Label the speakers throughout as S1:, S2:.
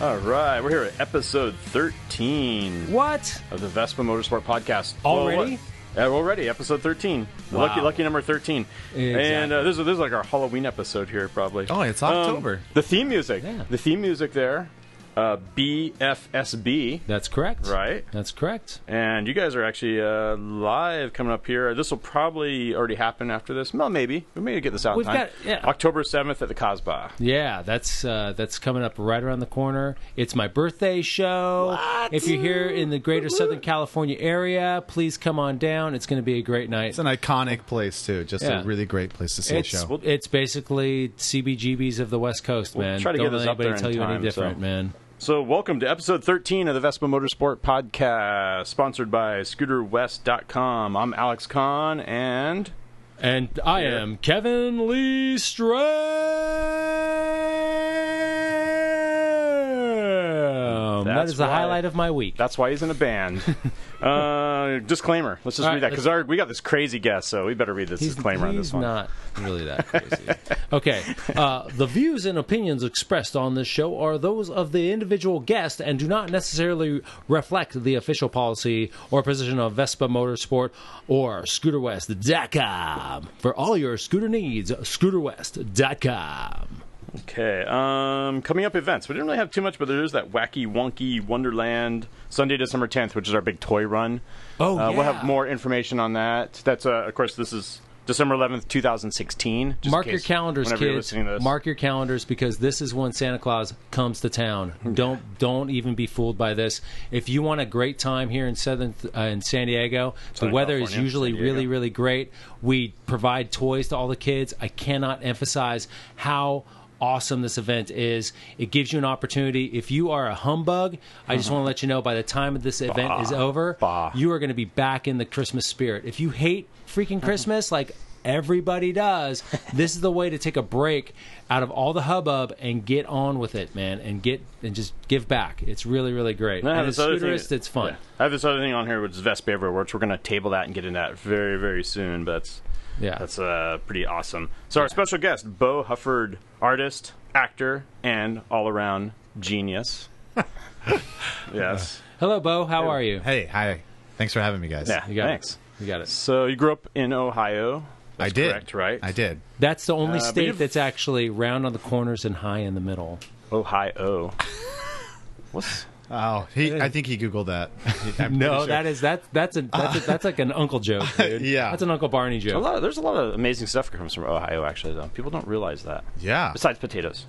S1: All right, we're here at episode 13
S2: What?
S1: of the Vespa Motorsport Podcast.
S2: Already?
S1: Well, what- uh, already, episode 13.
S2: Wow.
S1: Lucky lucky number 13. And uh,
S2: Exactly.
S1: this, is, this is like our Halloween episode here, probably.
S3: Oh, it's
S1: Um,
S3: October.
S1: the theme music.
S2: Yeah.
S1: The theme music there, uh, BFSB.
S2: That's correct.
S1: Right.
S2: That's correct.
S1: And you guys are actually uh, live coming up here. This will probably already happen after this. Well, maybe. We may get this out in
S2: We've
S1: time.
S2: got- yeah.
S1: October 7th at the Casbah.
S2: Yeah, that's uh, that's coming up right around the corner. It's my birthday show. If you're here in the greater Southern California area, please come on down. It's going to be a great night.
S3: It's an iconic place too. Just
S2: Yeah.
S3: a really great place to see
S2: It's,
S3: a show.
S2: it's basically CBGBs of the West Coast, man.
S1: try to get
S2: Don't
S1: this
S2: let
S1: up there
S2: anybody
S1: in
S2: tell you
S1: time,
S2: any different,
S1: so.
S2: man.
S1: So, welcome to episode 13 of the Vespa Motorsport Podcast, sponsored by ScooterWest.com. I'm Alex Kahn, and
S2: And I am Kevin Lee Stram. That
S1: That's
S2: is the
S1: right.
S2: highlight of my week.
S1: that's why he's in a band. uh, disclaimer. Let's just
S2: All right,
S1: read that because we got this crazy guest, so we better read this disclaimer on this
S2: he's
S1: one.
S2: not really that crazy. okay. Uh, the views and opinions expressed on this show are those of the individual guest and do not necessarily reflect the official policy or position of Vespa Motorsport or ScooterWest.com. For all your scooter needs, ScooterWest.com.
S1: Okay. Um, coming up events. We didn't really have too much, but there is that wacky, wonky Wonderland Sunday, December 10th, which is our big toy run.
S2: Oh,
S1: uh, We'll
S2: yeah.
S1: have more information on that. That's, uh, of course, this is December 11th, 2016. just in
S2: Mark your
S1: case
S2: calendars,
S1: whenever You're
S2: kids.
S1: listening to this.
S2: Mark your calendars because this is when Santa Claus comes to town. Don't don't even be fooled by this. If you want a great time here in Southern uh, in San Diego,
S1: Southern
S2: the weather is
S1: California,
S2: usually
S1: San Diego.
S2: really really great. We provide toys to all the kids. I cannot emphasize how awesome this event is. It gives you an opportunity. If you are a humbug, I just want to let you know by the time this event is over,
S1: Uh-huh. Bah.
S2: you are going to be back in the Christmas spirit. If you hate freaking
S1: Uh-huh.
S2: Christmas, like everybody does, this is the way to take a break out of all the hubbub and get on with it, man, and get and just give back. It's really, really great.
S1: And I have
S2: and
S1: this
S2: as
S1: other thing-
S2: scooterist, it's fun.
S1: yeah. I have this other thing on here, which is Vespa Everywhere, which we're going to table that and get into that very, very soon. But that's,
S2: Yeah.
S1: that's uh, pretty awesome. So, our special guest, Bo Hufford, artist, actor, and all around genius. yes.
S2: Hello, Bo. How are you?
S3: Hey, hi. Thanks for having me, guys.
S1: Yeah,
S2: You got
S1: thanks.
S2: it. You got it.
S1: So you grew up in Ohio.
S3: I did.
S1: correct, right?
S3: I did.
S2: That's the only
S1: Uh, but
S2: state
S1: you've-
S2: that's actually round on the corners and high in the middle.
S1: Ohio. What's
S3: Oh, he. I think he googled that. I'm
S2: No,
S3: pretty sure.
S2: that is that that's a that's, a, that's like an uncle joke, dude.
S3: Yeah.
S2: that's an Uncle Barney
S1: a
S2: joke.
S1: lot? Of, there's a lot of amazing stuff that comes from Ohio. Actually, though, people don't realize that.
S3: Yeah.
S1: Besides potatoes,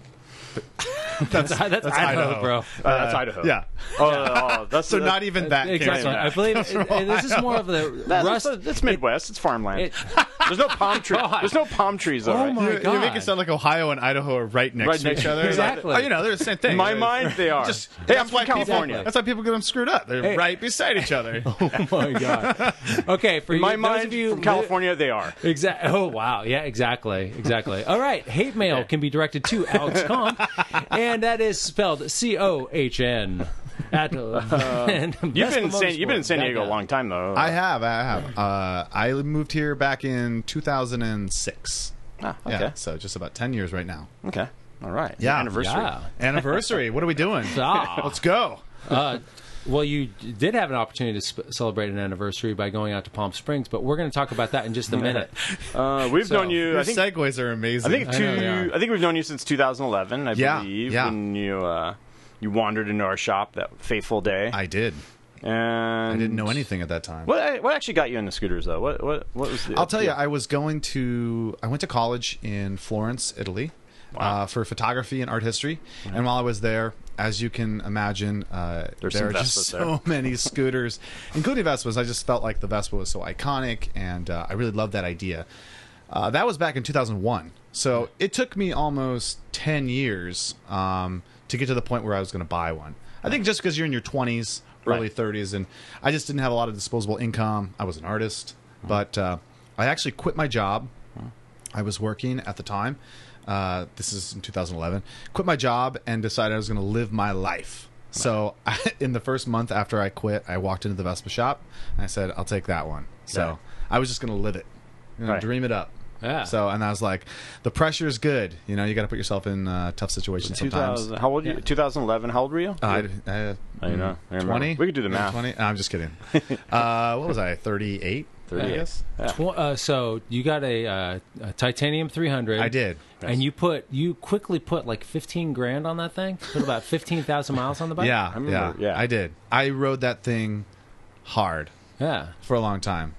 S2: That's, that's, Idaho,
S3: Idaho.
S2: bro.
S1: uh, that's Idaho.
S3: Yeah.
S1: Oh, oh, that's
S3: So not even that. came
S2: Exactly.
S3: in.
S2: I believe it, it- this is more of the
S1: That's,
S2: rust.
S1: that's- that's Midwest. it's farmland.
S2: it-
S1: there's no palm tree.
S2: God.
S1: There's no palm trees. Though,
S2: Oh
S1: right?
S2: my
S3: You,
S2: Oh
S3: you make
S2: God.
S3: it sound like Ohio and Idaho are right next
S1: Right
S3: to
S1: next
S3: each
S1: to-
S3: other. Like,
S2: Exactly.
S3: oh, you know, they're the same thing.
S1: In my
S3: They're-
S1: mind, they are.
S3: Just,
S1: hey, I'm
S3: that's
S1: from
S3: why people-
S1: California.
S2: Exactly.
S3: That's why people get them screwed up. They're
S2: Hey.
S3: right beside each other.
S2: Oh my god. Okay, for
S1: In my
S2: you, those
S1: mind,
S2: of you
S1: from California, they are.
S2: Exactly. Oh wow. Yeah. Exactly. Exactly. All right. Hate mail can be directed to Alex Kahn, and that is spelled C O H N. At uh, and
S1: You've been in San, you've been in San Diego a long time though.
S3: I have. I have. Uh, I moved here back in 2006.
S1: Ah, okay.
S3: Yeah. So just about 10 years right now.
S1: Okay. All right.
S3: Yeah.
S1: Anniversary.
S2: Yeah.
S3: Anniversary. what are we doing?
S2: Ah.
S3: Let's go.
S2: Uh, well, you did have an opportunity to sp- celebrate an anniversary by going out to Palm Springs, but we're going to talk about that in just a minute.
S1: Uh, we've
S2: So-
S1: known you.
S3: Your
S1: I think
S3: segues are amazing.
S1: I think
S2: I
S1: two.
S2: know, yeah.
S1: I think we've known you since 2011. I
S3: Yeah,
S1: believe
S3: yeah.
S1: when you uh, you wandered into our shop that fateful day.
S3: I did.
S1: and
S3: I didn't know anything at that time.
S1: What what actually got you into scooters though? What what what was? The,
S3: I'll tell you, I was going to. I went to college in Florence, Italy, uh, for photography and art history. And while I was there, as you can imagine, uh,
S1: There's some
S3: there are just
S1: Vespas there.
S3: so many scooters, including Vespas. I just felt like the Vespa was so iconic, and uh, I really loved that idea. Uh, that was back in 2001. So it took me almost 10 years um, to get to the point where I was going to buy one. I think just because you're in your 20s, early
S1: Right.
S3: 30s, and I just didn't have a lot of disposable income. I was an artist, but uh, I actually quit my job. I was working at the time. Uh, this is in 2011. Quit my job and decided I was going to live my life. So, I, in the first month after I quit, I walked into the Vespa shop and I said, "I'll take that one." So,
S1: Yeah.
S3: I was just going to live it, you know,
S1: Right.
S3: dream it up.
S2: Yeah.
S3: So, and I was like, the pressure is good. You know, you got to put yourself in uh, tough situations sometimes.
S1: 2000,
S3: Uh,
S1: how old? You, 2011. How old were you?
S3: I, I,
S1: I don't know. I remember.
S3: Twenty.
S1: We could do the math.
S3: Twenty. I'm just kidding. uh, what was I? Thirty-eight.
S1: 38.
S3: I guess.
S1: Yeah.
S2: Tw- uh, so you got a, uh, a titanium 300.
S3: I did.
S2: And you put you quickly put like 15 grand on that thing. Put about 15,000 miles on the bike.
S3: Yeah,
S1: remember,
S3: yeah,
S1: yeah.
S3: I did. I rode that thing hard
S2: Yeah.
S3: for a long time.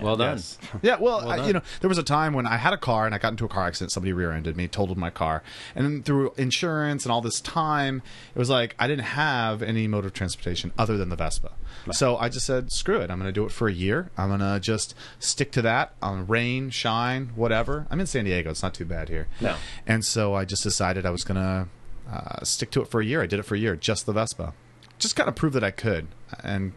S2: Well done.
S3: Yes. Yeah, well, I, you
S2: done.
S3: know, there was a time when I had a car and I got into a car accident. Somebody rear-ended me, totaled my car, and then through insurance and all this time, it was like I didn't have any mode of transportation other than the Vespa. So I just said, "Screw it! I'm going to do it for a year. I'm going to just stick to that on rain, shine, whatever." I'm in San Diego; it's not too bad here.
S1: No.
S3: And so I just decided I was going to uh, stick to it for a year. I did it for a year, just the Vespa, just kind of prove that I could, and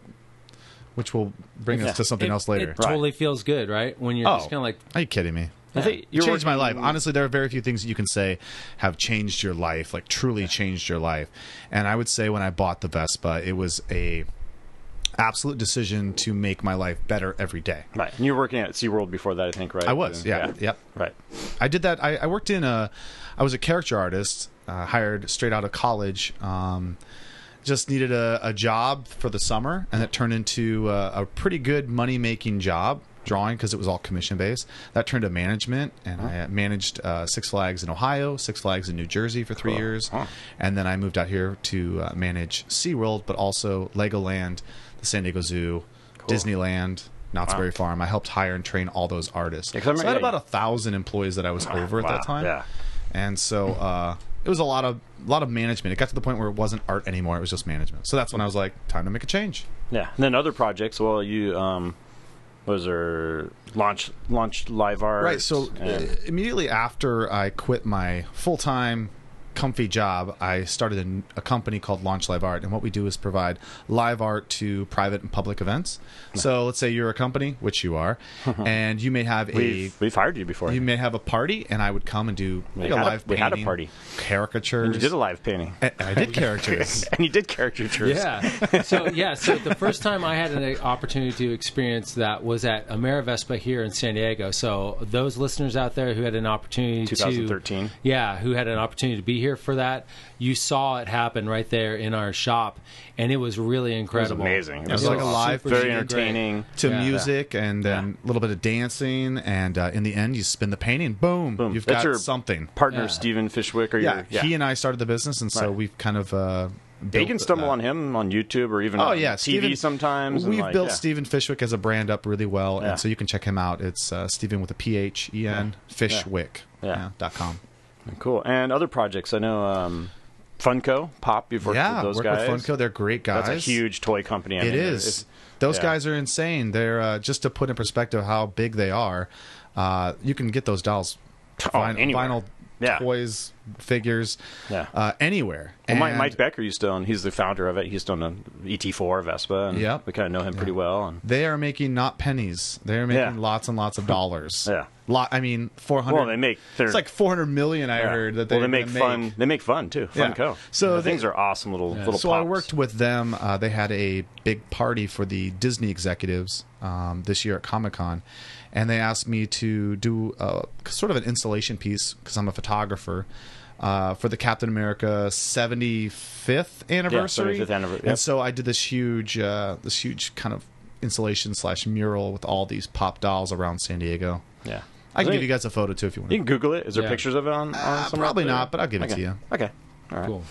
S3: which will bring
S1: Yeah.
S3: us to something
S2: It-
S3: else later. Oh.
S2: It totally feels good, right? When you're just kind of like,
S3: Are you kidding me?
S1: I think
S3: You
S1: Uh, you're
S3: changed my life.
S1: working-
S3: Honestly, there are very few things that you can say have changed your life, like truly changed your life. And I would say when I bought the Vespa, it was a absolute decision to make my life better every day.
S1: Right. And you were working at SeaWorld before that, I think, right?
S3: I was, yeah, yep.
S1: Right.
S3: I did that. I, I worked in a. I was a character artist, uh, hired straight out of college. Um, just needed a, a job for the summer, and it turned into uh, a, a pretty good money making job drawing because it was all commission based. That turned to management, and I
S1: Mm-hmm.
S3: uh, managed uh, Six Flags in Ohio, Six Flags in New Jersey for three
S1: Cool.
S3: years,
S1: Oh, Huh.
S3: and then I moved out here to uh, manage SeaWorld, but also Legoland, the San Diego Zoo, Disneyland. Knott's Berry Farm. I helped hire and train all those artists.
S1: Yeah, Uh-huh. 'cause I
S3: so I had
S1: remember-
S3: about a thousand employees that I was over at
S1: Wow,
S3: that time.
S1: yeah.
S3: And so uh, it was a lot of a lot of management. It got to the point where it wasn't art anymore; it was just management. So that's when I was like, time to make a change.
S1: Yeah. And then other projects. Well, you um, what was there launch launch live art.
S3: Right. So uh,
S1: and-
S3: immediately after I quit my full time, comfy job, I started an, a company called Launch Live Art, and what we do is provide live art to private and public events. So let's say you're a company, which you are, and you may have a
S1: we've we've hired you before.
S3: you may have a party, and I would come and do like,
S1: had a-
S3: a live.
S1: we had a
S3: painting,
S1: party.
S3: Caricatures.
S1: and you did a live painting.
S3: I I did characters.
S1: And you did caricatures.
S2: Yeah. So yeah. So the first time I had an opportunity to experience that was at Amerivespa here in San Diego. So those listeners out there who had an opportunity
S1: 2013.
S2: to, yeah, who had an opportunity to be here for that, you saw it happen right there in our shop, and it was really incredible.
S1: amazing. It
S3: It was like a live
S2: super
S1: Very
S2: duper great.
S1: entertaining.
S3: to
S2: Yeah.
S3: music and then a little bit of dancing, and uh, in the end, you spin the painting. Boom,
S1: Boom.
S3: you've
S1: That's
S3: got
S1: your
S3: something.
S1: Partner
S2: Yeah.
S1: Steven Fishwick or
S3: Yeah,
S1: your yeah.
S3: he and I started the business, and so
S1: Right.
S3: we've kind of. Uh,
S1: you
S3: built
S1: can stumble
S3: that.
S1: on him on YouTube or even
S3: Oh
S1: on
S3: yeah,
S1: TV
S3: Steven-
S1: sometimes. and
S3: We've
S1: like,
S3: built
S1: yeah.
S3: Stephen Fishwick as a brand up really well,
S1: Yeah.
S3: and so you can check him out. It's uh, Stephen with a P H E N Fishwick
S1: Yeah.
S3: dot com.
S1: Cool. And other projects. I know um, Funko, Pop, you've worked
S3: Yeah,
S1: with those
S3: work
S1: guys.
S3: with Funko. They're great guys.
S1: That's a huge toy company. I
S3: It
S1: mean,
S3: is.
S1: it's-
S3: Those
S1: yeah.
S3: guys are insane. They're uh, just to put in perspective how big they are. Uh, you can get those dolls,
S1: Oh,
S3: vin-
S1: anywhere.
S3: vinyl
S1: Yeah.
S3: toys, figures,
S1: Yeah.
S3: uh, anywhere.
S1: Well, Mike,
S3: And-
S1: Mike Becker used to own. He's the founder of it. He's done an ET4 E Vespa, and
S3: Yep.
S1: we kind of know him pretty well. And
S3: They are making not pennies. They are making
S1: Yeah.
S3: lots and lots of dollars.
S1: Yeah.
S3: lot. I mean, four hundred.
S1: well, they make. Their,
S3: It's like four hundred million. I
S1: yeah.
S3: heard that
S1: Well,
S3: they're
S1: they make
S3: gonna
S1: fun. They make fun too.
S3: Yeah.
S1: Funko.
S3: So
S1: the
S3: they-
S1: things are awesome little little.
S3: so I
S1: pops.
S3: worked with them. Uh, they had a big party for the Disney executives um, this year at Comic Con, and they asked me to do uh sort of an installation piece because I'm a photographer. Uh, for the Captain America 75th anniversary,
S1: 75th anniversary,
S3: and
S1: yep.
S3: so I did this huge, uh, this huge kind of installation slash mural with all these pop dolls around San Diego.
S1: Yeah.
S3: I can
S1: Is
S3: give
S1: it-
S3: you guys a photo too if you want.
S1: You can Google it. Is there
S2: Yeah.
S1: pictures of it on? on
S3: Uh,
S1: somewhere
S3: probably
S1: out there?
S3: not, but I'll give it
S1: okay.
S3: to you.
S1: Okay. All right.
S2: Cool.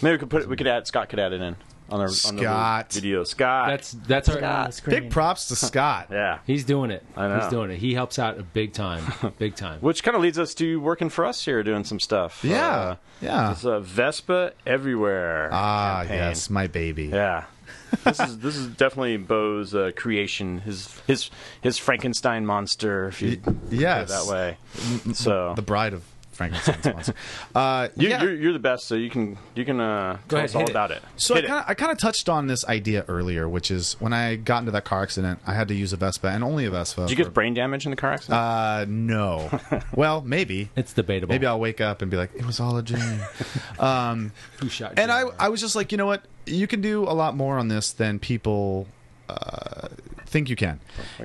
S1: Maybe we could put it. We could add Scott. Could add it in on our on the little
S3: Scott.
S1: video. Scott.
S2: That's that's our
S3: Big props to Scott.
S1: yeah.
S2: He's doing it.
S1: I know.
S2: He's doing it. He helps out big time. Big time.
S1: Which kind of leads us to working for us here, doing some stuff.
S3: Yeah,
S1: Uh,
S3: yeah.
S1: It's a Vespa everywhere.
S3: Ah,
S1: campaign.
S3: yes, my baby.
S1: Yeah. this is this is definitely Bo's uh, creation, his his his Frankenstein monster, if you
S3: Y- yes. Mm,
S1: put it that way. So
S3: the bride of Frankenstein's monster. Uh,
S1: you,
S3: yeah.
S1: you're, you're the best, so you can you can uh, tell
S2: ahead,
S1: us all
S2: hit it.
S1: about it.
S3: so I
S1: Hit it.
S3: kind of I kind of touched on this idea earlier, which is when I got into that car accident, I had to use a Vespa and only a Vespa.
S1: Did you get brain damage in the car accident?
S3: uh, no. well, maybe.
S2: It's debatable.
S3: Maybe I'll wake up and be like, it was all a dream.
S2: Who shot
S3: and I,
S2: Jack?
S3: I was just like, you know what? You can do a lot more on this than people uh, think you can.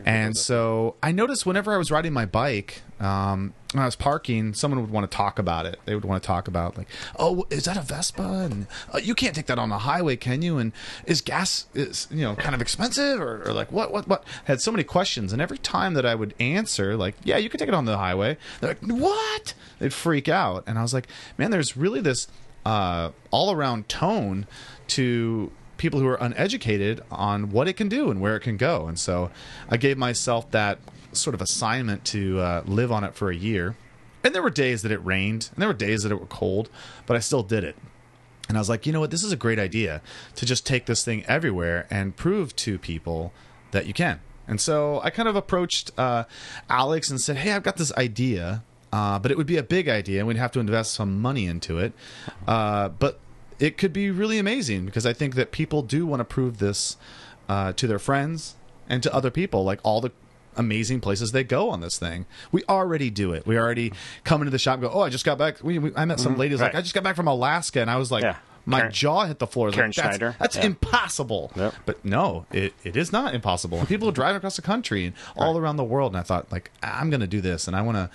S3: And so I noticed whenever I was riding my bike, um, when I was parking, someone would want to talk about it. They would want to talk about like, oh, is that a Vespa? And uh, you can't take that on the highway, can you? And is gas is you know kind of expensive or, or like what what what? I had so many questions, and every time that I would answer like, yeah, you can take it on the highway, they're like, what? They'd freak out, and I was like, man, there's really this uh, all around tone to people who are uneducated on what it can do and where it can go. And so I gave myself that sort of assignment to uh, live on it for a year. And there were days that it rained, and there were days that it were cold, but I still did it. And I was like, you know what? This is a great idea to just take this thing everywhere and prove to people that you can. And so I kind of approached uh, Alex and said, hey, I've got this idea, uh, but it would be a big idea and we'd have to invest some money into it. Uh, but it could be really amazing because I think that people do want to prove this uh, to their friends and to other people, like all the amazing places they go on this thing. We already do it. We already come into the shop and go, oh, I just got back. We, we, I met some ladies like,
S1: right.
S3: I just got back from Alaska. And I was like,
S1: Yeah.
S3: my
S1: Karen-
S3: jaw hit the floor. I was
S1: Karen
S3: like, that's
S1: Schneider.
S3: that's
S1: Yeah.
S3: impossible.
S1: Yep.
S3: But no, it, it is not impossible. And people drive across the country and all around the world. And I thought, like, I'm going to do this, and I want to,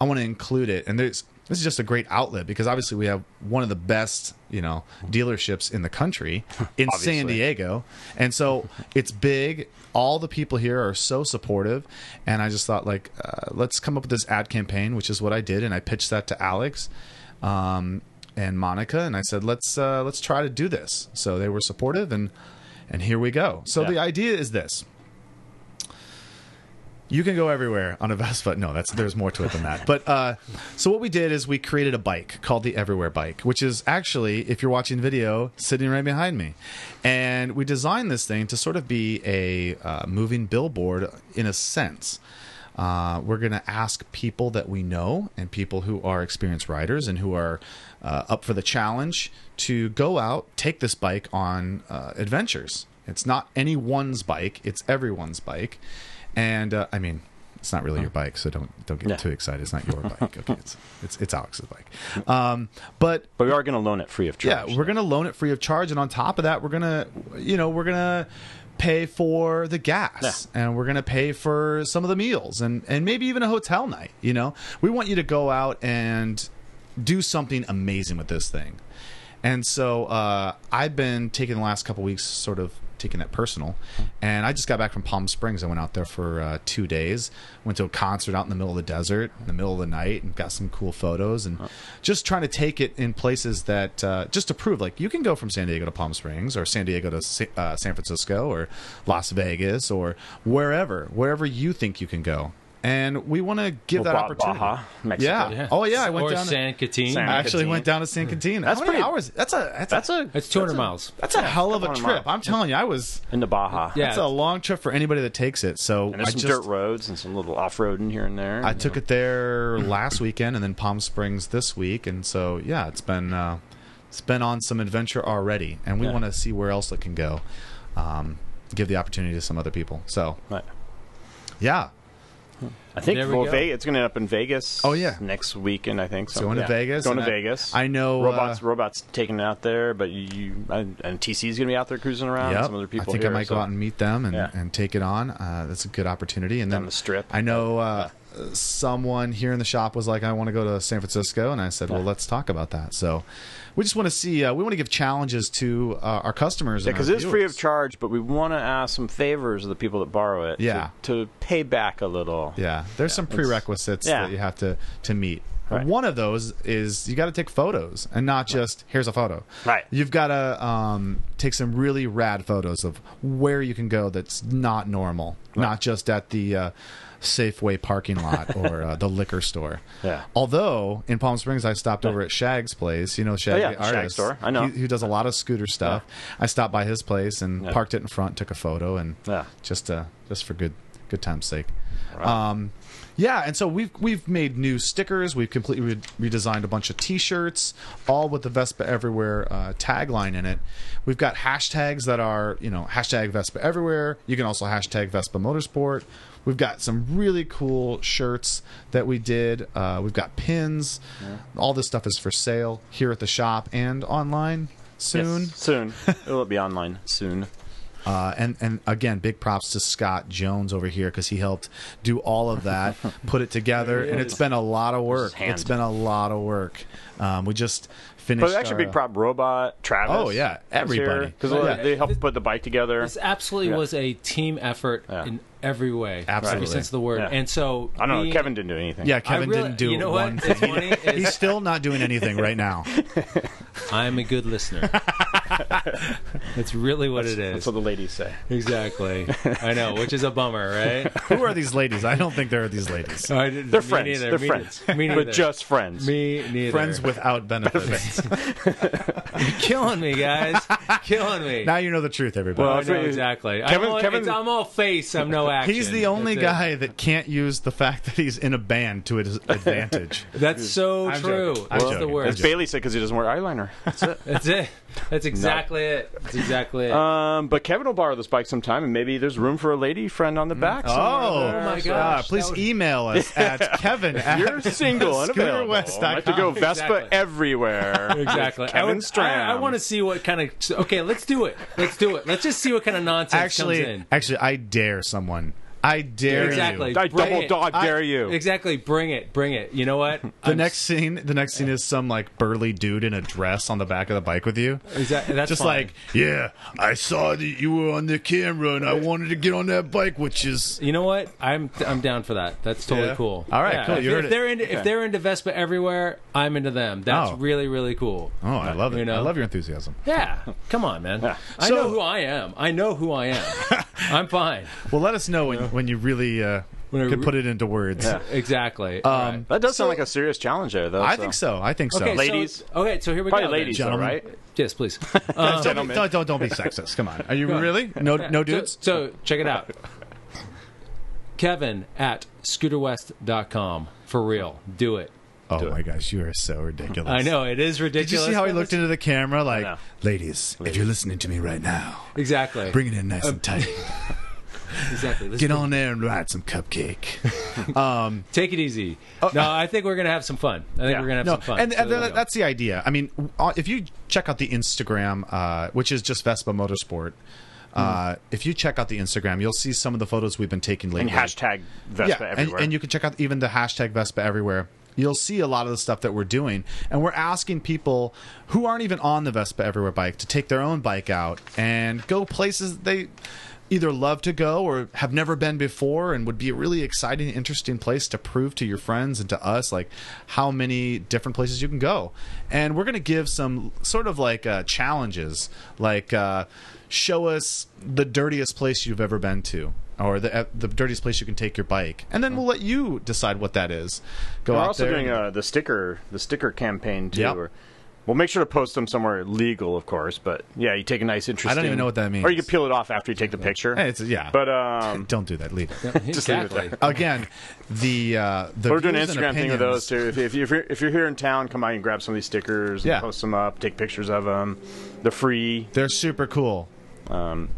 S3: I want to include it. And there's this is just a great outlet because obviously we have one of the best, you know, dealerships in the country in San
S1: Obviously.
S3: Diego, and so it's big. All the people here are so supportive, and I just thought, like, uh, let's come up with this ad campaign, which is what I did, and I pitched that to Alex. Um, and Monica and I said let's uh, let's try to do this. So they were supportive and and here we go. So
S1: Yeah.
S3: the idea is this. You can go everywhere on a Vespa. No, that's there's more to it than that. But uh, so what we did is we created a bike called the Everywhere Bike, which is actually, if you're watching video, sitting right behind me. And we designed this thing to sort of be a uh, moving billboard in a sense. Uh, we're going to ask people that we know and people who are experienced riders and who are uh, up for the challenge to go out, take this bike on uh, adventures. It's not anyone's bike; it's everyone's bike. And uh, I mean, it's not really your bike, so don't don't get
S1: Yeah.
S3: too excited. It's not your bike. Okay, it's it's it's Alex's bike. Um, but
S1: But we are going to loan it free of charge.
S3: yeah, we're gonna loan it free of charge, and on top of that, we're gonna, you know, we're gonna pay for the gas, and we're gonna pay for some of the meals, and and maybe even a hotel night. You know, we want you to go out and do something amazing with this thing. And so uh, I've been taking the last couple weeks, sort of taking that personal. And I just got back from Palm Springs. I went out there for uh, two days, went to a concert out in the middle of the desert in the middle of the night, and got some cool photos. And just trying to take it in places that uh, just to prove, like you can go from San Diego to Palm Springs, or San Diego to Sa- uh, San Francisco, or Las Vegas, or wherever, wherever you think you can go. And we want to give
S1: Well,
S3: that
S1: Ba-
S3: opportunity.
S1: Baja, Mexico.
S3: Yeah. Oh yeah, I went
S2: or
S3: down.
S2: San Catin.
S1: San-
S3: I actually
S1: Catin.
S3: went down to San Quintin.
S1: That's
S3: How many
S1: pretty-
S3: hours. That's a that's,
S1: That's a
S2: It's 200
S1: that's a-
S2: miles.
S3: that's a hell of a
S1: couple
S3: trip.
S1: hundred miles.
S3: I'm telling you, I was.
S1: into Baja.
S2: Yeah.
S3: That's a long trip for anybody that takes it. So
S1: and there's
S3: I
S1: some
S3: just
S1: dirt roads and some little off-roading here and there.
S3: I took it there last weekend, and then Palm Springs this week, and so yeah, it's been uh, it's been on some adventure already, and we
S1: Yeah.
S3: want to see where else it can go. Um, give the opportunity to some other people. So
S1: Right.
S3: yeah,
S1: I think
S2: There we
S1: well,
S2: go.
S1: Ve- it's going to end up in Vegas.
S3: Oh, yeah.
S1: next weekend I think. So
S3: going
S1: yeah.
S3: to Vegas.
S1: Going to
S3: and I-
S1: Vegas.
S3: I know uh,
S1: robots. robots taking it out there, but you and, and TC's going to be out there cruising around.
S3: Yep.
S1: and Some other people.
S3: I think
S1: here,
S3: I might
S1: so.
S3: go out and meet them and,
S1: Yeah.
S3: and take it on. Uh, that's a good opportunity. And
S1: Down
S3: then
S1: the Strip.
S3: I know uh, someone here in the shop was like, "I want to go to San Francisco," and I said, "Well, let's talk about that." So we just want to see. Uh, we want to give challenges to uh, our customers.
S1: Yeah,
S3: because
S1: because it's free of charge, but we want to ask some favors of the people that borrow it. to-
S3: Yeah.
S1: To, pay back a little.
S3: Yeah, there's some prerequisites
S1: yeah.
S3: that you have to to meet.
S1: Right.
S3: One of those is you got to take photos and not just here's a photo.
S1: Right.
S3: You've got to um, take some really rad photos of where you can go that's not normal, not just at the uh, Safeway parking lot or uh, the liquor store.
S1: Yeah.
S3: Although in Palm Springs, I stopped over at Shag's place. You know Shag,
S1: Oh, yeah,
S3: the
S1: Shag's
S3: artist.
S1: store. I know.
S3: He, who does a lot of scooter stuff. I stopped by his place and
S1: Yeah.
S3: parked it in front, took a photo, and
S1: Yeah.
S3: just uh, just for good good time's sake.
S1: Right.
S3: Um, yeah, and so we've we've made new stickers. We've completely re- redesigned a bunch of T-shirts, all with the Vespa Everywhere uh, tagline in it. We've got hashtags that are you know hashtag Vespa Everywhere. You can also hashtag Vespa Motorsport. We've got some really cool shirts that we did. Uh, we've got pins. All this stuff is for sale here at the shop and online
S1: Yes,
S3: soon.
S1: soon. It'll be online soon.
S3: Uh, and and again, big props to Scott Jones over here because he helped do all of that, put it together, and it's been a lot of work.
S1: His hand.
S3: It's been a lot of work. Um, we just finished. uh,
S1: But actually,
S3: our,
S1: big prop robot Travis.
S3: Oh, yeah, everybody.
S1: because
S3: Yeah.
S1: they helped put the bike together.
S2: This absolutely
S1: Yeah.
S2: was a team effort
S1: Yeah.
S2: in every way,
S3: Absolutely.
S2: every sense of the word.
S1: Yeah.
S2: And so,
S1: I don't know.
S2: being-
S1: Kevin didn't do anything.
S3: Yeah,
S2: I
S3: Kevin
S2: really-
S3: didn't do
S2: You know
S3: one.
S2: what? It's funny.
S3: He's
S2: Is
S3: still not doing anything right now.
S2: I'm a good listener. That's really what it
S1: That's
S2: is.
S1: what the ladies say.
S2: Exactly. I know, which is a bummer, right?
S3: Who are these ladies? I don't think there are these ladies.
S2: I didn't-
S1: They're
S2: me
S1: friends.
S2: neither,
S1: They're
S2: me
S1: friends.
S2: neither, Me neither.
S1: But just friends.
S2: me neither.
S3: Friends without benefits.
S2: killing me, guys. killing me.
S3: now you know the truth, everybody.
S1: Well,
S2: I know exactly.
S1: Kevin-
S2: I'm, all,
S1: Kevin-
S2: it's- I'm all face. I'm no action.
S3: He's the only
S2: That's it.
S3: guy that can't use the fact that he's in a band to his advantage.
S2: That's so
S3: I'm
S2: true.
S3: joking. I'm
S2: That's the
S3: joking.
S1: As
S2: word.
S3: That's-
S1: Bailey said, because he doesn't wear eyeliner. That's it.
S2: That's it. That's exactly it. That's exactly it.
S3: Uh,
S1: um, but Kevin will borrow this bike sometime, and maybe there's room for a lady friend on the back. somewhere
S3: oh,
S1: there.
S2: my
S3: uh,
S2: gosh,
S3: please
S2: that would-
S3: email us at Kevin at
S1: You're single and available. I like to go
S3: scooterwest.com.
S1: Vespa
S2: Exactly.
S1: everywhere.
S2: Exactly.
S1: With Kevin
S2: I, would-
S1: Strand.
S2: I, I want to see what kind of. Okay, let's do it. Let's do it. Let's just see what kind of nonsense comes
S3: Actually,
S2: in.
S3: actually, I dare someone. I dare
S2: Exactly.
S3: you.
S1: I
S2: Bring
S1: double
S2: it.
S1: dog
S3: I-
S1: dare you.
S2: Exactly. Bring it. Bring it. You know what?
S3: The next scene, the next scene is some like burly dude in a dress on the back of the bike with you.
S2: Exactly. That's
S3: Just
S2: fine.
S3: like, yeah, I saw that you were on the camera, and I wanted to get on that bike, which is
S2: You know what? I'm I'm down for that. That's totally
S3: Yeah.
S2: cool.
S3: All right, cool.
S2: If,
S3: You heard
S2: if
S3: it.
S2: they're into if they're into Vespa everywhere, I'm into them. That's
S3: Oh.
S2: really really cool.
S3: oh, I love it.
S2: You know?
S3: I love your enthusiasm.
S2: Yeah, come on, man. I
S3: So-
S2: know who I am. I know who I am. I'm fine.
S3: Well, let us know when, when you really uh,
S2: When I
S3: could
S2: re-
S3: put it into words.
S2: Exactly. All right.
S3: Um,
S1: That does sound like a serious challenge there, though.
S3: I think so. I think so.
S2: Okay, so-
S1: ladies.
S2: okay, so here we
S1: Probably
S2: go. then.
S1: ladies, though,
S3: Gentlemen.
S1: right?
S2: Yes, please. Um,
S3: don't, be,
S1: Gentlemen.
S3: don't, don't, don't be sexist. Come on. Are you really? No, no dudes?
S2: So, so check it out. Kevin at scooterwest.com. For real. Do it.
S3: Oh my gosh, you are so ridiculous.
S2: I know, it is
S3: Did you
S2: ridiculous.
S3: see how he looked into the camera? Like,
S1: know.
S3: ladies, if you're listening to me right now,
S2: Exactly.
S3: bring it in nice and tight.
S2: exactly. Let's
S3: Get on there and ride some cupcake.
S2: Take it easy. no, I think we're going to have some fun. I think
S1: Yeah.
S2: we're going to have
S3: Oh. no,
S2: some fun.
S3: and,
S2: So
S3: and
S2: there we
S3: that,
S2: go.
S3: that's the idea. I mean, uh, if you check out the Instagram, uh, which is just Vespa Motorsport,
S2: Hmm.
S3: uh, if you check out the Instagram, you'll see some of the photos we've been taking lately.
S1: And hashtag Vespa
S3: yeah, and,
S1: everywhere.
S3: and you can check out even the hashtag Vespa everywhere. You'll see a lot of the stuff that we're doing, and we're asking people who aren't even on the Vespa Everywhere bike to take their own bike out and go places that they either love to go or have never been before, and would be a really exciting, interesting place to prove to your friends and to us like how many different places you can go. And we're gonna give some sort of like uh, challenges, like uh, show us the dirtiest place you've ever been to or the uh, the dirtiest place you can take your bike, and then we'll let you decide what that is. Go
S1: We're
S3: out
S1: also
S3: there.
S1: doing uh, the sticker the sticker campaign too.
S3: Yep.
S1: Or, we'll make sure to post them somewhere legal, of course. But yeah, you take a nice interesting.
S3: even know what that means.
S1: Or you can peel it off after you take the picture.
S3: Hey, it's- yeah.
S1: But um,
S3: Don't do that. Leave it.
S1: just leave it
S2: exactly.
S3: Again, the uh, the
S1: we're doing an
S3: views and
S1: Instagram thing with those
S3: opinions-
S1: too. If, if, if you're if you're here in town, come by and grab some of these stickers. And
S3: Yeah.
S1: Post them up. Take pictures of them. They're free.
S3: They're super cool.
S1: Um,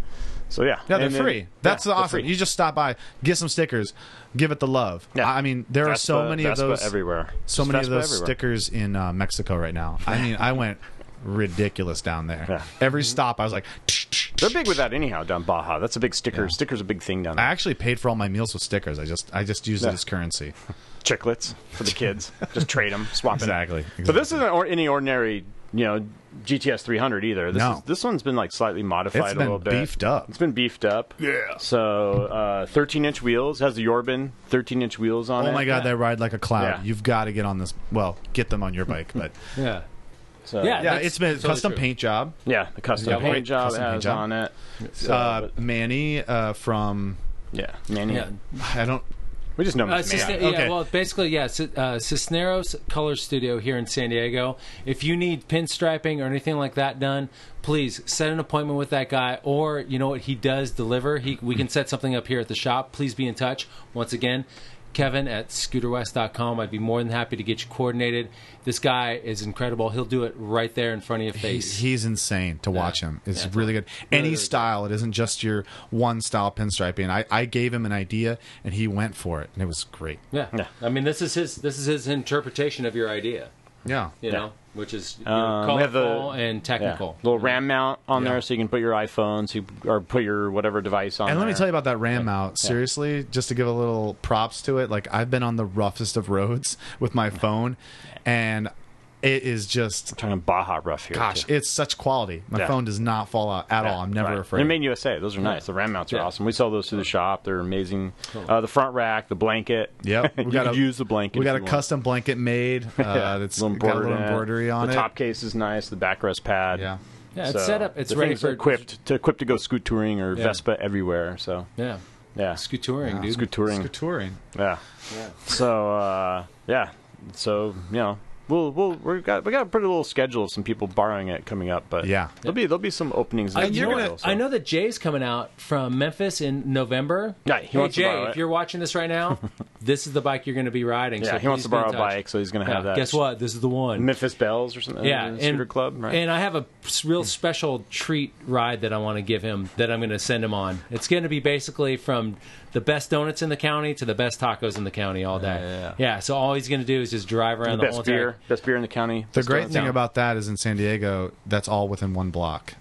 S1: so yeah.
S3: Yeah, they're
S1: And then-
S3: free. That's
S1: yeah, they're
S3: awesome.
S1: free.
S3: You just stop by, get some stickers, give it the love.
S1: Yeah.
S3: I I mean, there are so
S1: Vespa-
S3: many
S1: Vespa
S3: of those
S1: everywhere.
S3: So
S1: Just
S3: many
S1: Vespa
S3: of those
S1: everywhere.
S3: stickers in uh, Mexico right now. I mean, I went ridiculous down there.
S1: Yeah.
S3: Every stop, I was like.
S1: They're big with that anyhow down Baja. That's a big sticker. Sticker's a big thing down
S3: I
S1: there.
S3: actually paid for all my meals with stickers. I just I just used it
S1: Yeah.
S3: as currency.
S1: Chiclets for the kids. Just trade them, swap 'em.
S3: Exactly,
S1: But this isn't or any ordinary, you know, GTS 300 either. This
S3: No.
S1: is, this one's been like slightly modified
S3: It's
S1: a
S3: been
S1: little bit.
S3: beefed up.
S1: It's been beefed up.
S3: Yeah.
S1: So uh, 13 inch wheels has the Yorban 13 inch wheels on it.
S3: Oh my god, they ride like a cloud.
S1: Yeah.
S3: You've got to get on this. Well, get them on your bike, but
S2: Yeah.
S1: So,
S2: Yeah.
S1: yeah,
S3: yeah,
S2: That's
S3: it's been a
S2: totally
S3: custom
S2: true.
S3: paint job.
S1: the custom
S2: Yeah,
S1: paint
S2: paint-
S1: job
S3: custom paint
S1: has
S3: job.
S1: on it. So,
S3: Uh,
S1: but-
S3: Manny uh, from
S1: yeah, Manny.
S2: Yeah.
S3: I don't.
S1: We just know him
S2: Uh,
S1: as Manny.
S2: Cisne-
S3: Okay.
S2: Yeah, well, basically, yeah, Ci- uh, Cisneros Color Studio here in San Diego. If you need pinstriping or anything like that done, please set an appointment with that guy. Or you know what, he does deliver. He we can set something up here at the shop. Please be in touch. Once again. Kevin at scooterwest.com. I'd be more than happy to get you coordinated. This guy is incredible. He'll do it right there in front of your face.
S3: He's insane to watch him. It's really good. Any
S2: really good.
S3: style. It isn't just your one style pinstriping. I, I gave him an idea and he went for it, and it was great.
S2: yeah. I mean, this is his this is his interpretation of your idea.
S3: Yeah.
S2: you
S1: Yeah.
S2: know, which is you
S1: Um, we have the-
S2: colorful and
S1: Yeah.
S2: technical.
S1: Little RAM mount on
S3: Yeah.
S1: there so you can put your iPhone so you, or put your whatever device on
S3: And let me
S1: there.
S3: tell you about that RAM mount. Seriously, just to give a little props to it, like I've been on the roughest of roads with my phone, and it is just,
S1: talking Baja rough here.
S3: gosh,
S1: too.
S3: it's such quality. My
S1: Yeah.
S3: phone does not fall out at all. Oh, I'm never
S1: Right.
S3: afraid.
S1: They're made in USA. Those are nice. The RAM mounts are
S2: Yeah.
S1: awesome. We sell those through the shop. They're amazing. Uh, the front rack, the blanket.
S3: Yep,
S1: you
S3: we got
S1: could
S3: a-
S1: use the blanket.
S3: we got
S1: if
S3: a
S1: you want.
S3: custom blanket made. Uh, that's
S1: Little
S3: got a
S1: embroidery
S3: little
S1: in it.
S3: embroidery on
S1: the
S3: it.
S1: top case is nice. The backrest pad.
S3: Yeah.
S2: Yeah, it's set up. It's
S1: the
S2: ready
S1: thing's
S2: for-
S1: equipped to equipped to go scoot touring or Vespa everywhere. So
S2: Yeah,
S1: yeah, scoot,
S2: scootouring, dude.
S1: touring.
S3: Scootouring.
S1: Yeah. So uh, yeah. So you know, we'll we'll we got we got a pretty little schedule of some people borrowing it coming up, but
S3: Yeah.
S1: there'll be there'll be some openings. in
S2: I
S1: the
S2: know,
S1: schedule,
S2: I know that Jay's coming out from Memphis in November.
S1: Yeah, he
S2: hey,
S1: wants to
S2: Jay,
S1: borrow
S2: if
S1: it.
S2: you're watching this right now, this is the bike you're going to be riding.
S1: Yeah,
S2: so
S1: he wants to
S2: please be in
S1: borrow a
S2: touch.
S1: bike, so he's going to
S2: Yeah,
S1: have that.
S2: Guess what? This is the one.
S1: Memphis Bells or something.
S2: yeah,
S1: uh, Scooter Club, right? Hmm.
S2: And I have a s- real special treat ride that I want to give him that I'm going to send him on. It's going to be basically from the best donuts in the county to the best tacos in the county all day.
S1: yeah.
S2: so all he's going to do is just drive around the, whole
S1: best
S2: entire-
S1: beer, best beer in the county.
S3: The
S1: Best
S3: great
S1: donuts.
S3: thing about that is in San Diego, that's all within one block,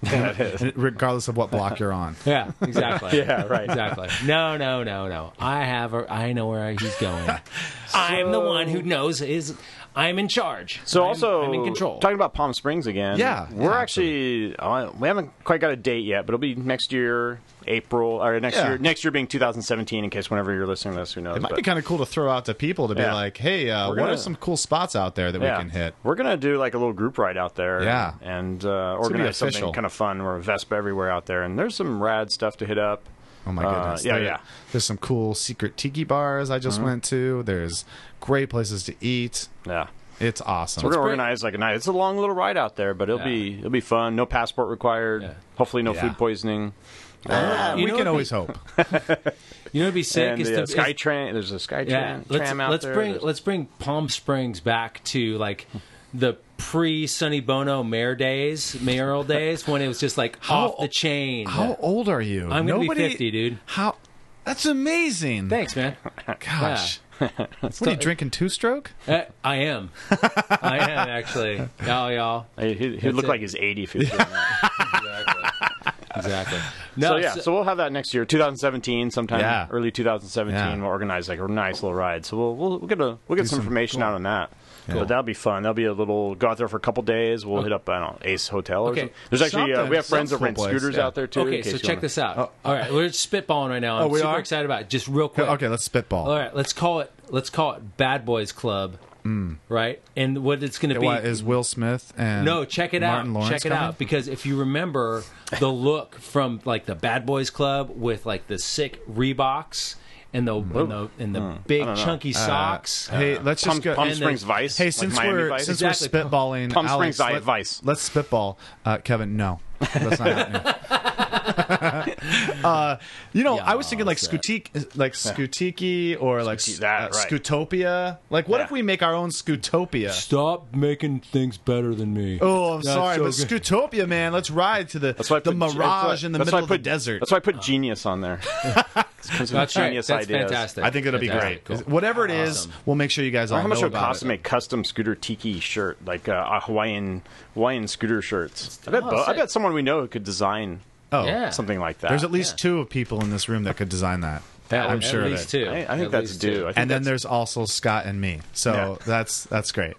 S3: regardless of what block you're on.
S2: Yeah, exactly.
S1: Yeah, right.
S2: Exactly. No, no, no, no. I have. A, I know where he's going. I'm the one who knows. Is I'm in charge.
S1: So
S2: I'm-
S1: also
S2: I'm in control.
S1: talking about Palm Springs again.
S3: Yeah,
S1: we're
S3: yeah,
S1: actually uh, we haven't quite got a date yet, but it'll be next year, April or next
S3: Yeah.
S1: year. Next year being 2017, in case whenever you're listening to this, who knows?
S3: It might
S1: but-
S3: be kind of cool to throw out to people to be
S1: Yeah.
S3: like, hey, uh,
S1: We're
S3: what are
S1: gonna-
S3: some cool spots out there that we can hit?
S1: We're gonna do like a little group ride out there.
S3: Yeah.
S1: and uh,
S3: gonna be
S1: organize
S3: official.
S1: something kind of fun. We're Vespa everywhere out there, and there's some rad stuff to hit up.
S3: Oh my
S1: Uh,
S3: goodness!
S1: yeah,
S3: There-
S1: yeah. Mm-hmm.
S3: There's some cool secret tiki bars I just went to. There's great places to eat.
S1: Yeah,
S3: It's awesome.
S1: we're gonna
S2: great.
S1: organize like a night. It's a long little ride out there, but it'll be it'll be fun. No passport required.
S2: Yeah.
S1: Hopefully, no
S3: Yeah.
S1: food poisoning.
S3: Uh,
S2: You
S3: we
S2: know
S3: can
S2: what
S3: always hope.
S2: you know, what'd be sick
S1: And
S2: is
S1: the
S2: to
S1: uh, sky train. There's a sky
S2: yeah.
S1: train.
S2: Let's
S1: tram out
S2: let's
S1: there.
S2: bring
S1: There's-
S2: let's bring Palm Springs back to like the pre Sonny Bono mayor days, mayoral days when it was just like off the chain.
S3: How old are you?
S2: I'm gonna be 50, dude.
S3: How? That's amazing.
S2: Thanks, man.
S3: Gosh. what are you drinking? Two stroke?
S2: Uh, I am. I am actually. Y'all, y'all.
S1: He, he, he
S2: That's
S1: looked
S2: it.
S1: like he's 80 if he was doing that.
S2: Exactly. No,
S1: so yeah, so, we'll have that next year, 2017, sometime
S3: Yeah.
S1: early 2017.
S3: Yeah.
S1: We'll organize like a nice little ride. So we'll we'll, we'll get a we'll get some,
S3: some-
S1: information out on that. But that'll be fun. That'll be a little go out there for a couple days. We'll hit up I don't know, Ace Hotel or
S2: Okay.
S1: something. There's actually uh,
S3: Something-
S1: we have friends that
S3: some cool
S1: rent
S3: place,
S1: scooters
S3: yeah.
S1: out there too. in
S2: okay,
S1: case
S2: so
S1: you
S2: check
S1: wanna-
S2: this out. All right, we're just spitballing right now. I'm
S3: Oh, we
S2: super
S3: are?
S2: excited about it. Just real quick.
S3: Okay, let's spitball.
S2: All right, let's call it. Let's call it Bad Boys Club. Right, and what it's going to be
S3: What Mm. is Will Smith and
S2: No, check it
S3: Martin
S2: out.
S3: Lawrence
S2: check it
S3: coming?
S2: out because if you remember the look from like the Bad Boys Club with like the sick Reeboks and the and the, and the
S3: Hmm.
S2: big chunky
S3: Uh,
S2: socks.
S3: Hey, let's
S1: Palm,
S3: just go.
S1: Palm
S2: and
S1: Springs
S2: the-
S1: Vice.
S3: hey,
S1: like
S3: since
S1: Miami
S3: we're
S1: Vice.
S3: since
S2: Exactly.
S3: we're spitballing,
S1: Palm
S3: Alex,
S1: Springs
S3: let,
S1: Vice.
S3: Let's spitball, uh, Kevin. No, that's not happening. uh, you know, I was thinking like
S2: Yeah,
S3: Scootique, like Scootiki, or like
S1: Scootique, that,
S3: uh,
S1: right.
S3: Scootopia. Like, what
S1: Yeah.
S3: if we make our own Scootopia?
S2: Stop making things better than me.
S3: Oh, I'm
S2: That's
S3: sorry,
S2: so
S3: but
S2: good.
S3: Scootopia, man, let's ride to the
S1: That's why I
S3: the
S1: put-
S3: mirage
S1: that's why-
S3: in the
S1: that's
S3: middle
S1: why I
S3: of
S1: put,
S3: the desert.
S1: That's why I put genius on there. That's
S2: That's right. That's fantastic.
S3: I think it'll be
S2: Fantastic.
S3: great.
S2: Cool.
S3: Whatever it is,
S2: Awesome.
S3: we'll make sure you guys all
S1: How much
S3: know
S1: would it
S3: about
S1: cost to make custom scooter tiki shirt, like uh, a Hawaiian Hawaiian scooter shirts? I bet,
S2: Oh,
S1: Bo- I
S2: sick.
S1: bet someone we know who could design
S3: Oh,
S2: Yeah.
S1: something like that.
S3: There's at least
S2: Yeah.
S3: two of people in this room that could design that.
S2: Yeah,
S3: I'm
S2: at
S3: sure of
S2: least
S3: it.
S2: two.
S1: I, I think
S2: At
S1: that's
S2: least
S1: due.
S2: two.
S1: I think
S3: And then
S1: that's-
S3: there's also Scott and me. So
S1: Yeah.
S3: that's that's great.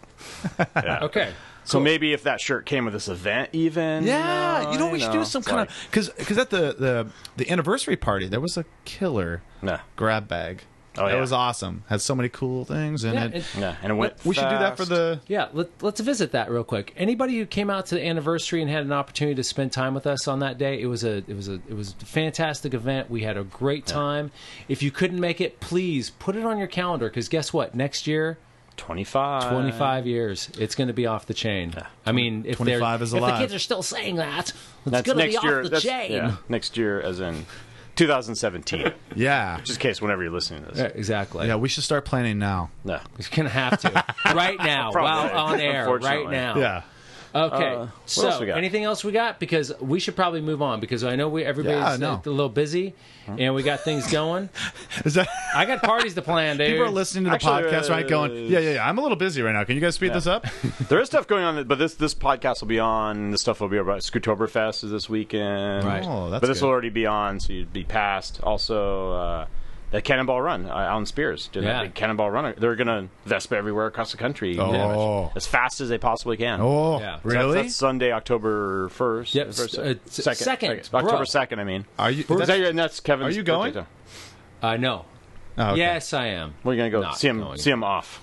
S1: yeah.
S2: Okay.
S1: So maybe if that shirt came with this event, even
S3: Yeah, you know we should do some
S1: it's
S3: kind
S1: like-
S3: of because because at the, the the anniversary party there was a killer
S1: Yeah.
S3: grab bag.
S1: Oh,
S3: that
S1: yeah.
S3: was awesome. Had so many cool things in
S2: Yeah,
S3: it.
S2: it-
S1: Yeah, and it went.
S3: we should do that for
S1: fast.
S3: the
S2: Yeah, let, let's visit that real quick. Anybody who came out to the anniversary and had an opportunity to spend time with us on that day, it was a it was a it was a fantastic event. We had a great time. If you couldn't make it, please put it on your calendar because guess what? Next year,
S1: 25.
S2: 25 years, it's going to be off the chain. I mean, if they're-
S3: 25 is
S2: if the
S3: alive.
S2: kids are still saying that, it's
S1: That's
S2: going to
S1: next
S2: be off
S1: year.
S2: the
S1: that's,
S2: chain.
S1: yeah, next year, as in 2017.
S3: yeah
S1: Just in case, whenever you're listening to this.
S2: Yeah, Exactly.
S3: yeah. We should start planning now.
S1: No.
S2: You're going to have to right now,
S1: Probably.
S2: while on air, right
S3: Oh.
S1: Unfortunately.
S2: now.
S3: Yeah.
S2: Okay.
S1: Uh, what
S2: so,
S1: else we got?
S2: anything else we got? Because we should probably move on because I know we everybody's
S3: Yeah, no.
S2: like, a little busy and we got things going.
S3: Is that
S2: I got parties to plan, dude.
S3: people are listening to the
S1: Actually,
S3: podcast right? Going,
S1: uh,
S3: yeah, yeah, yeah. I'm a little busy right now. Can you guys speed this up?
S1: There is stuff going on, but this this podcast will be on. The stuff will be about Scootoberfest is this weekend.
S2: Right.
S3: Oh, that's
S1: but this
S3: good.
S1: will already be on, so you'd be past. Also, uh, the Cannonball Run. Uh, Alan Spears did
S2: Yeah.
S1: that big Cannonball Run. They're gonna Vespa everywhere across the country.
S3: Oh.
S1: pretty much, as fast as they possibly can.
S3: Oh,
S2: Yeah.
S1: So
S2: So
S1: that's-
S3: really?
S1: That's, Sunday, October first.
S2: Yep,
S1: First-
S2: uh, s- second,
S1: Okay,
S2: bro.
S1: October second. I mean,
S3: are you?
S1: Is that, your- and that's Kevin's.
S3: Are you going?
S1: birthday, too.
S2: I know.
S3: oh, okay.
S2: Yes, I am.
S1: We're gonna go
S2: Not
S1: see him.
S2: going.
S1: See him off.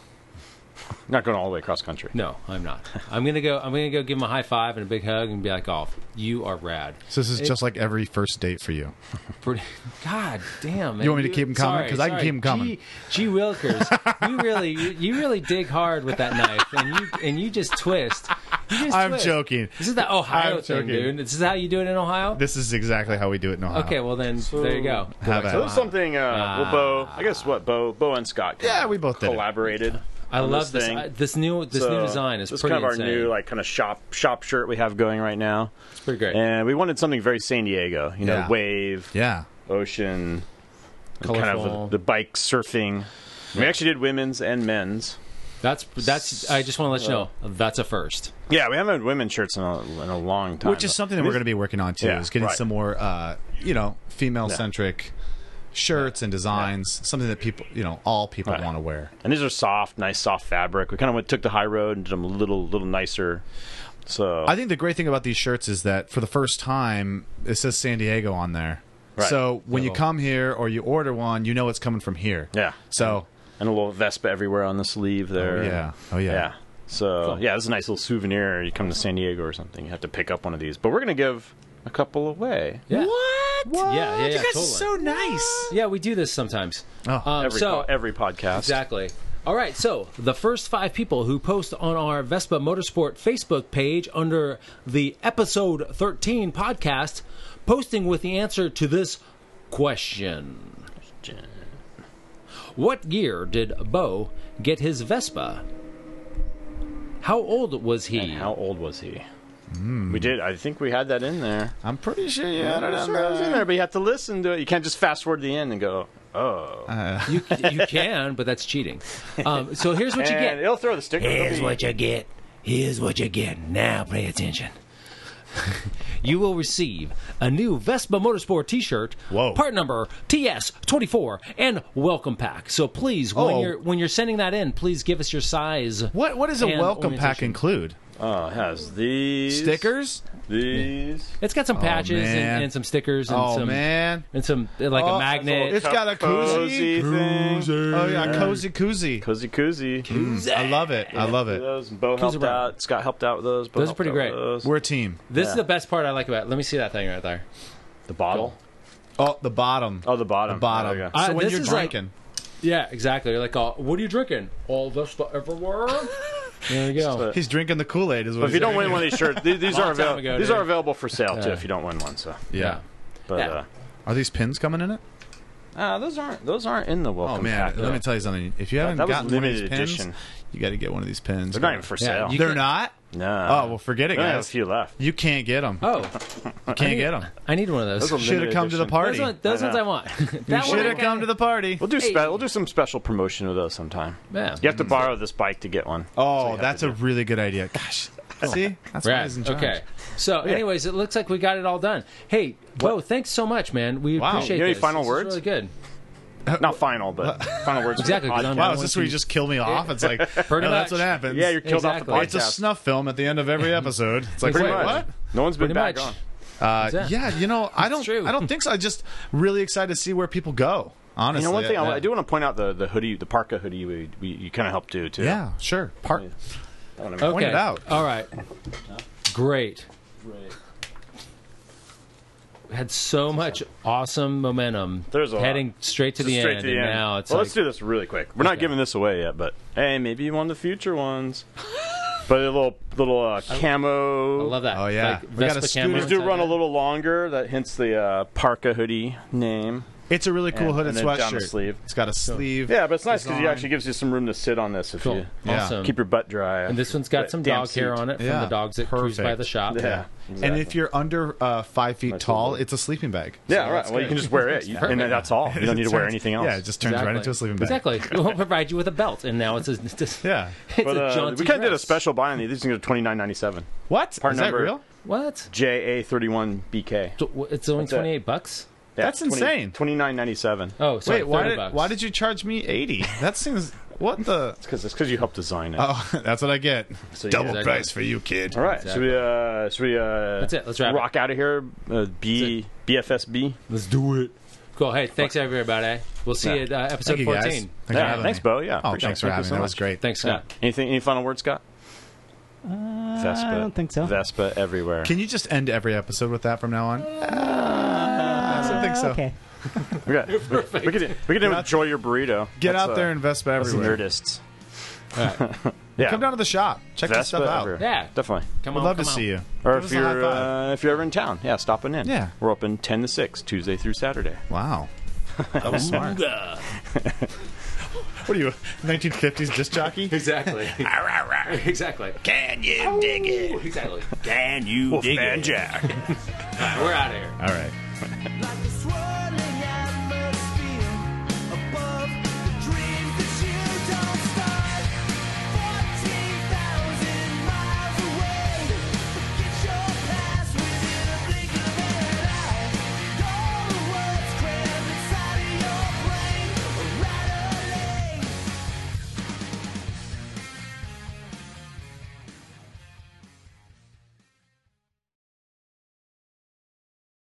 S1: Not going all the way across country.
S2: No, I'm not. I'm gonna go. I'm gonna go give him a high five and a big hug and be like, "Oh, you are rad."
S3: So this is just like every first date for you.
S2: Pretty, God damn! Man.
S3: You want me to keep 'em coming?
S2: sorry,
S3: 'Cause I can
S2: sorry.
S3: keep 'em coming.
S2: Gee, gee Wilkers, you really, you, you really dig hard with that knife, and you and you just twist. You just
S3: I'm
S2: twist.
S3: joking.
S2: This is the Ohio
S3: I'm
S2: thing,
S3: joking.
S2: dude. This is how you do it in Ohio.
S3: This is exactly how we do it in Ohio.
S2: Okay, well then, there you go.
S3: Have
S1: So
S3: at it.
S1: there's something. Uh, well, Bo, I guess what Bo, Bo and Scott. kinda
S3: Yeah, we both did it.
S1: collaborated.
S2: I
S1: on
S2: love this.
S1: thing.
S2: I- this new, this
S1: So
S2: new design is
S1: this
S2: pretty
S1: kind of
S2: insane.
S1: our new like kind of shop shop shirt we have going right now. It's
S2: pretty great.
S1: And we wanted something very San Diego, you know,
S3: Yeah.
S1: wave,
S3: Yeah.
S1: ocean, kind
S2: Colorful.
S1: of the, the bike surfing. We actually did women's and men's.
S2: that's that's. I just want to let you know that's a first.
S1: Yeah, we haven't had women's shirts in a, in a long time.
S3: Which is something that we're going to be working on too.
S1: Yeah,
S3: is getting
S1: right.
S3: some more, uh, you know, female centric shirts and designs. Something that people, you know, all people
S1: Right.
S3: want to wear.
S1: And these are soft, nice soft fabric. We kind of went took the high road and did them a little little nicer. So
S3: I think the great thing about these shirts is that for the first time, it says San Diego on there.
S1: Right.
S3: So when you
S2: Uh-oh.
S3: come here or you order one, you know it's coming from here.
S1: yeah,
S3: So
S1: and a little Vespa everywhere on the sleeve there.
S3: yeah, oh yeah.
S1: Yeah. So
S2: Cool.
S1: yeah, it's a nice little souvenir. You come to San Diego or something, you have to pick up one of these. But we're gonna give a couple away.
S2: Yeah.
S3: What?
S2: Yeah, yeah, yeah,
S3: you guys
S2: totally.
S3: are so Oh, nice.
S2: Yeah, we do this sometimes.
S3: Oh.
S2: Um,
S1: Every
S2: so
S1: po- every podcast.
S2: exactly. All right, so the first five people who post on our Vespa Motorsport Facebook page under the episode 13 podcast, posting with the answer to this question What year did Bo get his Vespa? How old was he?
S1: And how old was he? We did. I think we had that in there.
S3: I'm pretty sure you
S1: I
S3: had
S1: don't
S3: it
S1: know.
S3: on
S1: Sure it was in
S3: there.
S1: there, but you have to listen to it. You can't just fast forward to the end and go, oh.
S2: you, you can, but that's cheating. Um, so here's what you
S1: and
S2: get.
S1: it'll throw the sticker.
S2: Here's what you get. Here's what you get. Now pay attention. you will receive a new Vespa Motorsport T-shirt,
S3: Whoa.
S2: part number TS24, and welcome pack. So please, when
S3: Oh.
S2: you're when you're sending that in, please give us your size.
S3: What What does a
S2: And
S3: welcome pack
S2: orientation.
S3: include?
S1: Oh, it has these
S3: Stickers?
S1: These.
S2: It's got some patches
S3: man.
S2: and, and some stickers and
S3: Oh
S2: some
S3: man,
S2: and some uh, like
S3: Oh,
S2: a magnet.
S3: it's got a
S1: Cozy
S3: koozie.
S1: thing.
S3: Oh yeah, cozy koozie.
S1: Cozy koozie.
S3: I love it. I love it.
S1: Those. Bo helped
S2: around.
S1: out. Scott helped out with those. Bo
S2: Those are
S1: helped
S2: pretty
S1: out with
S2: great.
S1: those.
S3: We're a team.
S2: This is
S1: yeah.
S2: the best part I like about. it. Let me see that thing right there.
S1: The bottle.
S3: Oh, the bottom.
S1: Oh, the bottom.
S3: The bottom.
S1: There we go.
S2: Uh,
S3: so when
S2: this
S3: you're
S2: is like-
S3: drinking,
S2: Yeah, exactly. You're like, oh, what are you drinking? All Vespa everywhere. there you go.
S3: he's drinking the Kool Aid. Is what
S1: But if you don't win one of these shirts, these, these
S2: Long
S1: are
S2: time
S1: available.
S2: ago,
S1: these
S2: dude.
S1: are available for sale too. If you don't win one, so
S3: yeah.
S1: but
S2: Yeah.
S1: uh,
S3: Are these pins coming in it?
S1: ah, those aren't those aren't in the welcome
S3: Oh man,
S1: pack.
S3: let me
S1: though.
S3: tell you something. If you haven't
S1: that was
S3: gotten one of these
S1: limited
S3: pins,
S1: edition.
S3: you got to get one of these pins.
S1: They're not even for sale.
S2: you-
S3: They're not?
S1: no.
S3: Oh well, forget it,
S1: we only have a
S3: guys.
S1: few left.
S3: You can't get them.
S2: Oh,
S3: You can't get them.
S2: I need one of those.
S1: Those are
S3: Should have
S1: limited
S3: come to the
S1: edition.
S3: party.
S2: Those, one, those
S1: I
S2: ones
S1: know.
S2: I want.
S3: You
S2: That one
S3: should
S2: I
S3: have
S2: got-
S3: come to the party.
S1: We'll do spe-
S2: Hey.
S1: we'll do some special promotion of those sometime.
S2: Yeah.
S1: You have to borrow this bike to get one.
S3: Oh, that's a really good idea. Gosh, see, that's why
S2: Rad.
S3: he's in charge.
S2: Okay. So, anyways, it looks like we got it all done. Hey, Bo, thanks so much, man. We
S3: Wow.
S2: appreciate
S1: You have any
S2: this.
S1: final
S2: This is
S1: words? Uh,
S2: really good.
S1: Not final, but final words.
S2: Exactly, 'cause I'm-
S3: Wow,
S2: I
S3: is
S2: want
S3: this where you
S2: to-
S3: just kill me off? It's like, no,
S2: much.
S3: that's what happens.
S1: yeah, you're killed
S2: Exactly.
S1: off
S3: It's
S1: the
S3: a
S1: podcast.
S3: snuff film at the end of every episode. It's like,
S1: Pretty
S3: wait,
S1: much.
S3: what?
S1: No one's been back
S2: Pretty much.
S1: on.
S3: Uh,
S2: that?
S3: yeah, you know, I don't.
S2: true.
S3: I don't think so. I just really excited to see where people go. Honestly, Uh,
S1: You know, one thing I,
S3: yeah.
S1: I do want to point out the, the hoodie, the parka hoodie, we, we you kind of helped do too.
S3: Yeah, sure. Part.
S1: That one I
S2: Okay.
S1: mean.
S3: Point it out.
S2: All right. Great. We had so much awesome momentum.
S1: There's a lot.
S2: heading straight to the
S1: Straight
S2: end.
S1: to the
S2: and
S1: end.
S2: Now it's
S1: well,
S2: like,
S1: let's do this really quick. We're not giving this away yet, but hey, maybe one of the future ones. but a little little uh, camo.
S2: I love that.
S3: Oh, yeah.
S2: Like
S3: We got a
S2: Vespa
S3: student-
S2: camo
S1: These do
S2: inside
S1: run a
S2: there.
S1: little longer. That hints the uh, parka hoodie name.
S3: It's a really cool
S1: And- and
S3: hooded
S1: then down the
S3: sweatshirt.
S1: sleeve.
S3: It's got a sleeve.
S1: Yeah, but it's nice because it
S3: design.
S1: actually gives you some room to sit on this if
S2: Cool.
S1: you
S3: Yeah.
S2: Awesome.
S1: keep your butt dry.
S2: and this one's got
S1: That
S2: some
S1: damn
S2: dog hair
S1: suit.
S2: on it from
S3: Yeah,
S2: the dogs that cruise by
S3: perfect.
S2: the shop.
S1: Yeah.
S3: And
S1: exactly.
S3: if you're under uh, five feet tall,
S1: little-
S3: it's a sleeping bag.
S1: yeah,
S3: So
S1: right.
S3: that's
S1: Well, you
S3: good.
S1: can just wear it, You- and
S2: Perfect.
S1: that's all. You don't need to wear anything else.
S3: Yeah, it just turns right into a sleeping bag.
S2: Exactly. We'll provide you with a belt, and now it's a, it's a-
S3: Yeah.
S2: It's
S1: But,
S2: a
S1: uh,
S2: jaunty
S1: we kind of did a
S2: dress.
S1: special buy on these. These things are twenty nine ninety seven.
S3: What?
S1: Part
S3: Is that
S1: number-
S3: real?
S2: What?
S1: JA thirty one BK.
S2: So, wh- It's only
S1: it.
S2: twenty eight bucks.
S3: That's insane.
S1: Twenty nine ninety seven.
S2: Oh, sorry,
S3: Wait, why
S2: 30
S3: did,
S2: bucks.
S3: why did you charge me 80? That seems. What the?
S1: Because it's because you helped design it.
S3: Oh, that's what I get.
S1: So, yeah,
S3: Double
S2: exactly.
S3: price for you, kid.
S1: All right. Should we? Uh, should we? Uh,
S2: That's it. Let's wrap it.
S1: rock out of here. Uh, B BFSB.
S2: Let's do it. Cool. Hey, thanks everybody. We'll see
S1: Yeah.
S2: you at uh, episode
S3: Thank you, guys.
S2: fourteen.
S3: Thanks for
S1: Yeah,
S3: having
S1: thanks,
S3: me.
S1: Bo. Yeah.
S3: Oh,
S1: appreciate
S3: thanks
S1: it. Thank
S3: for
S1: you
S3: having me.
S1: so
S3: That was
S1: much.
S3: great. Uh,
S2: Thanks,
S1: Yeah.
S2: Scott.
S1: Anything? Any final words, Scott? Vespa.
S4: I don't think so.
S1: Vespa everywhere.
S3: Can you just end every episode with that from now on? I don't think so.
S4: Okay.
S1: Okay. We can we can enjoy your burrito.
S3: Get
S1: That's,
S3: out
S1: uh,
S3: there and Vespa
S1: that's
S3: everywhere.
S1: Nerdists.
S2: All right.
S1: Yeah.
S3: Come down to the shop. Check this
S1: Vespa
S3: stuff out.
S1: everywhere.
S2: Yeah.
S1: Definitely.
S2: Come
S3: We'd
S2: on.
S3: love to
S2: come on.
S3: see you.
S1: Or
S3: Give
S1: if
S3: us a high
S1: you're
S3: five.
S1: uh, if you're ever in town, yeah, stop on in.
S3: Yeah.
S1: we're open ten to six Tuesday through Saturday.
S3: Wow. That was smart.
S2: Ooga.
S3: What are you, 1950s disc jockey?
S2: Exactly. exactly.
S5: Can you dig it?
S2: Exactly.
S5: Can you dig it?
S1: Jack.
S2: We're out of here.
S3: All right.
S6: like a swirl.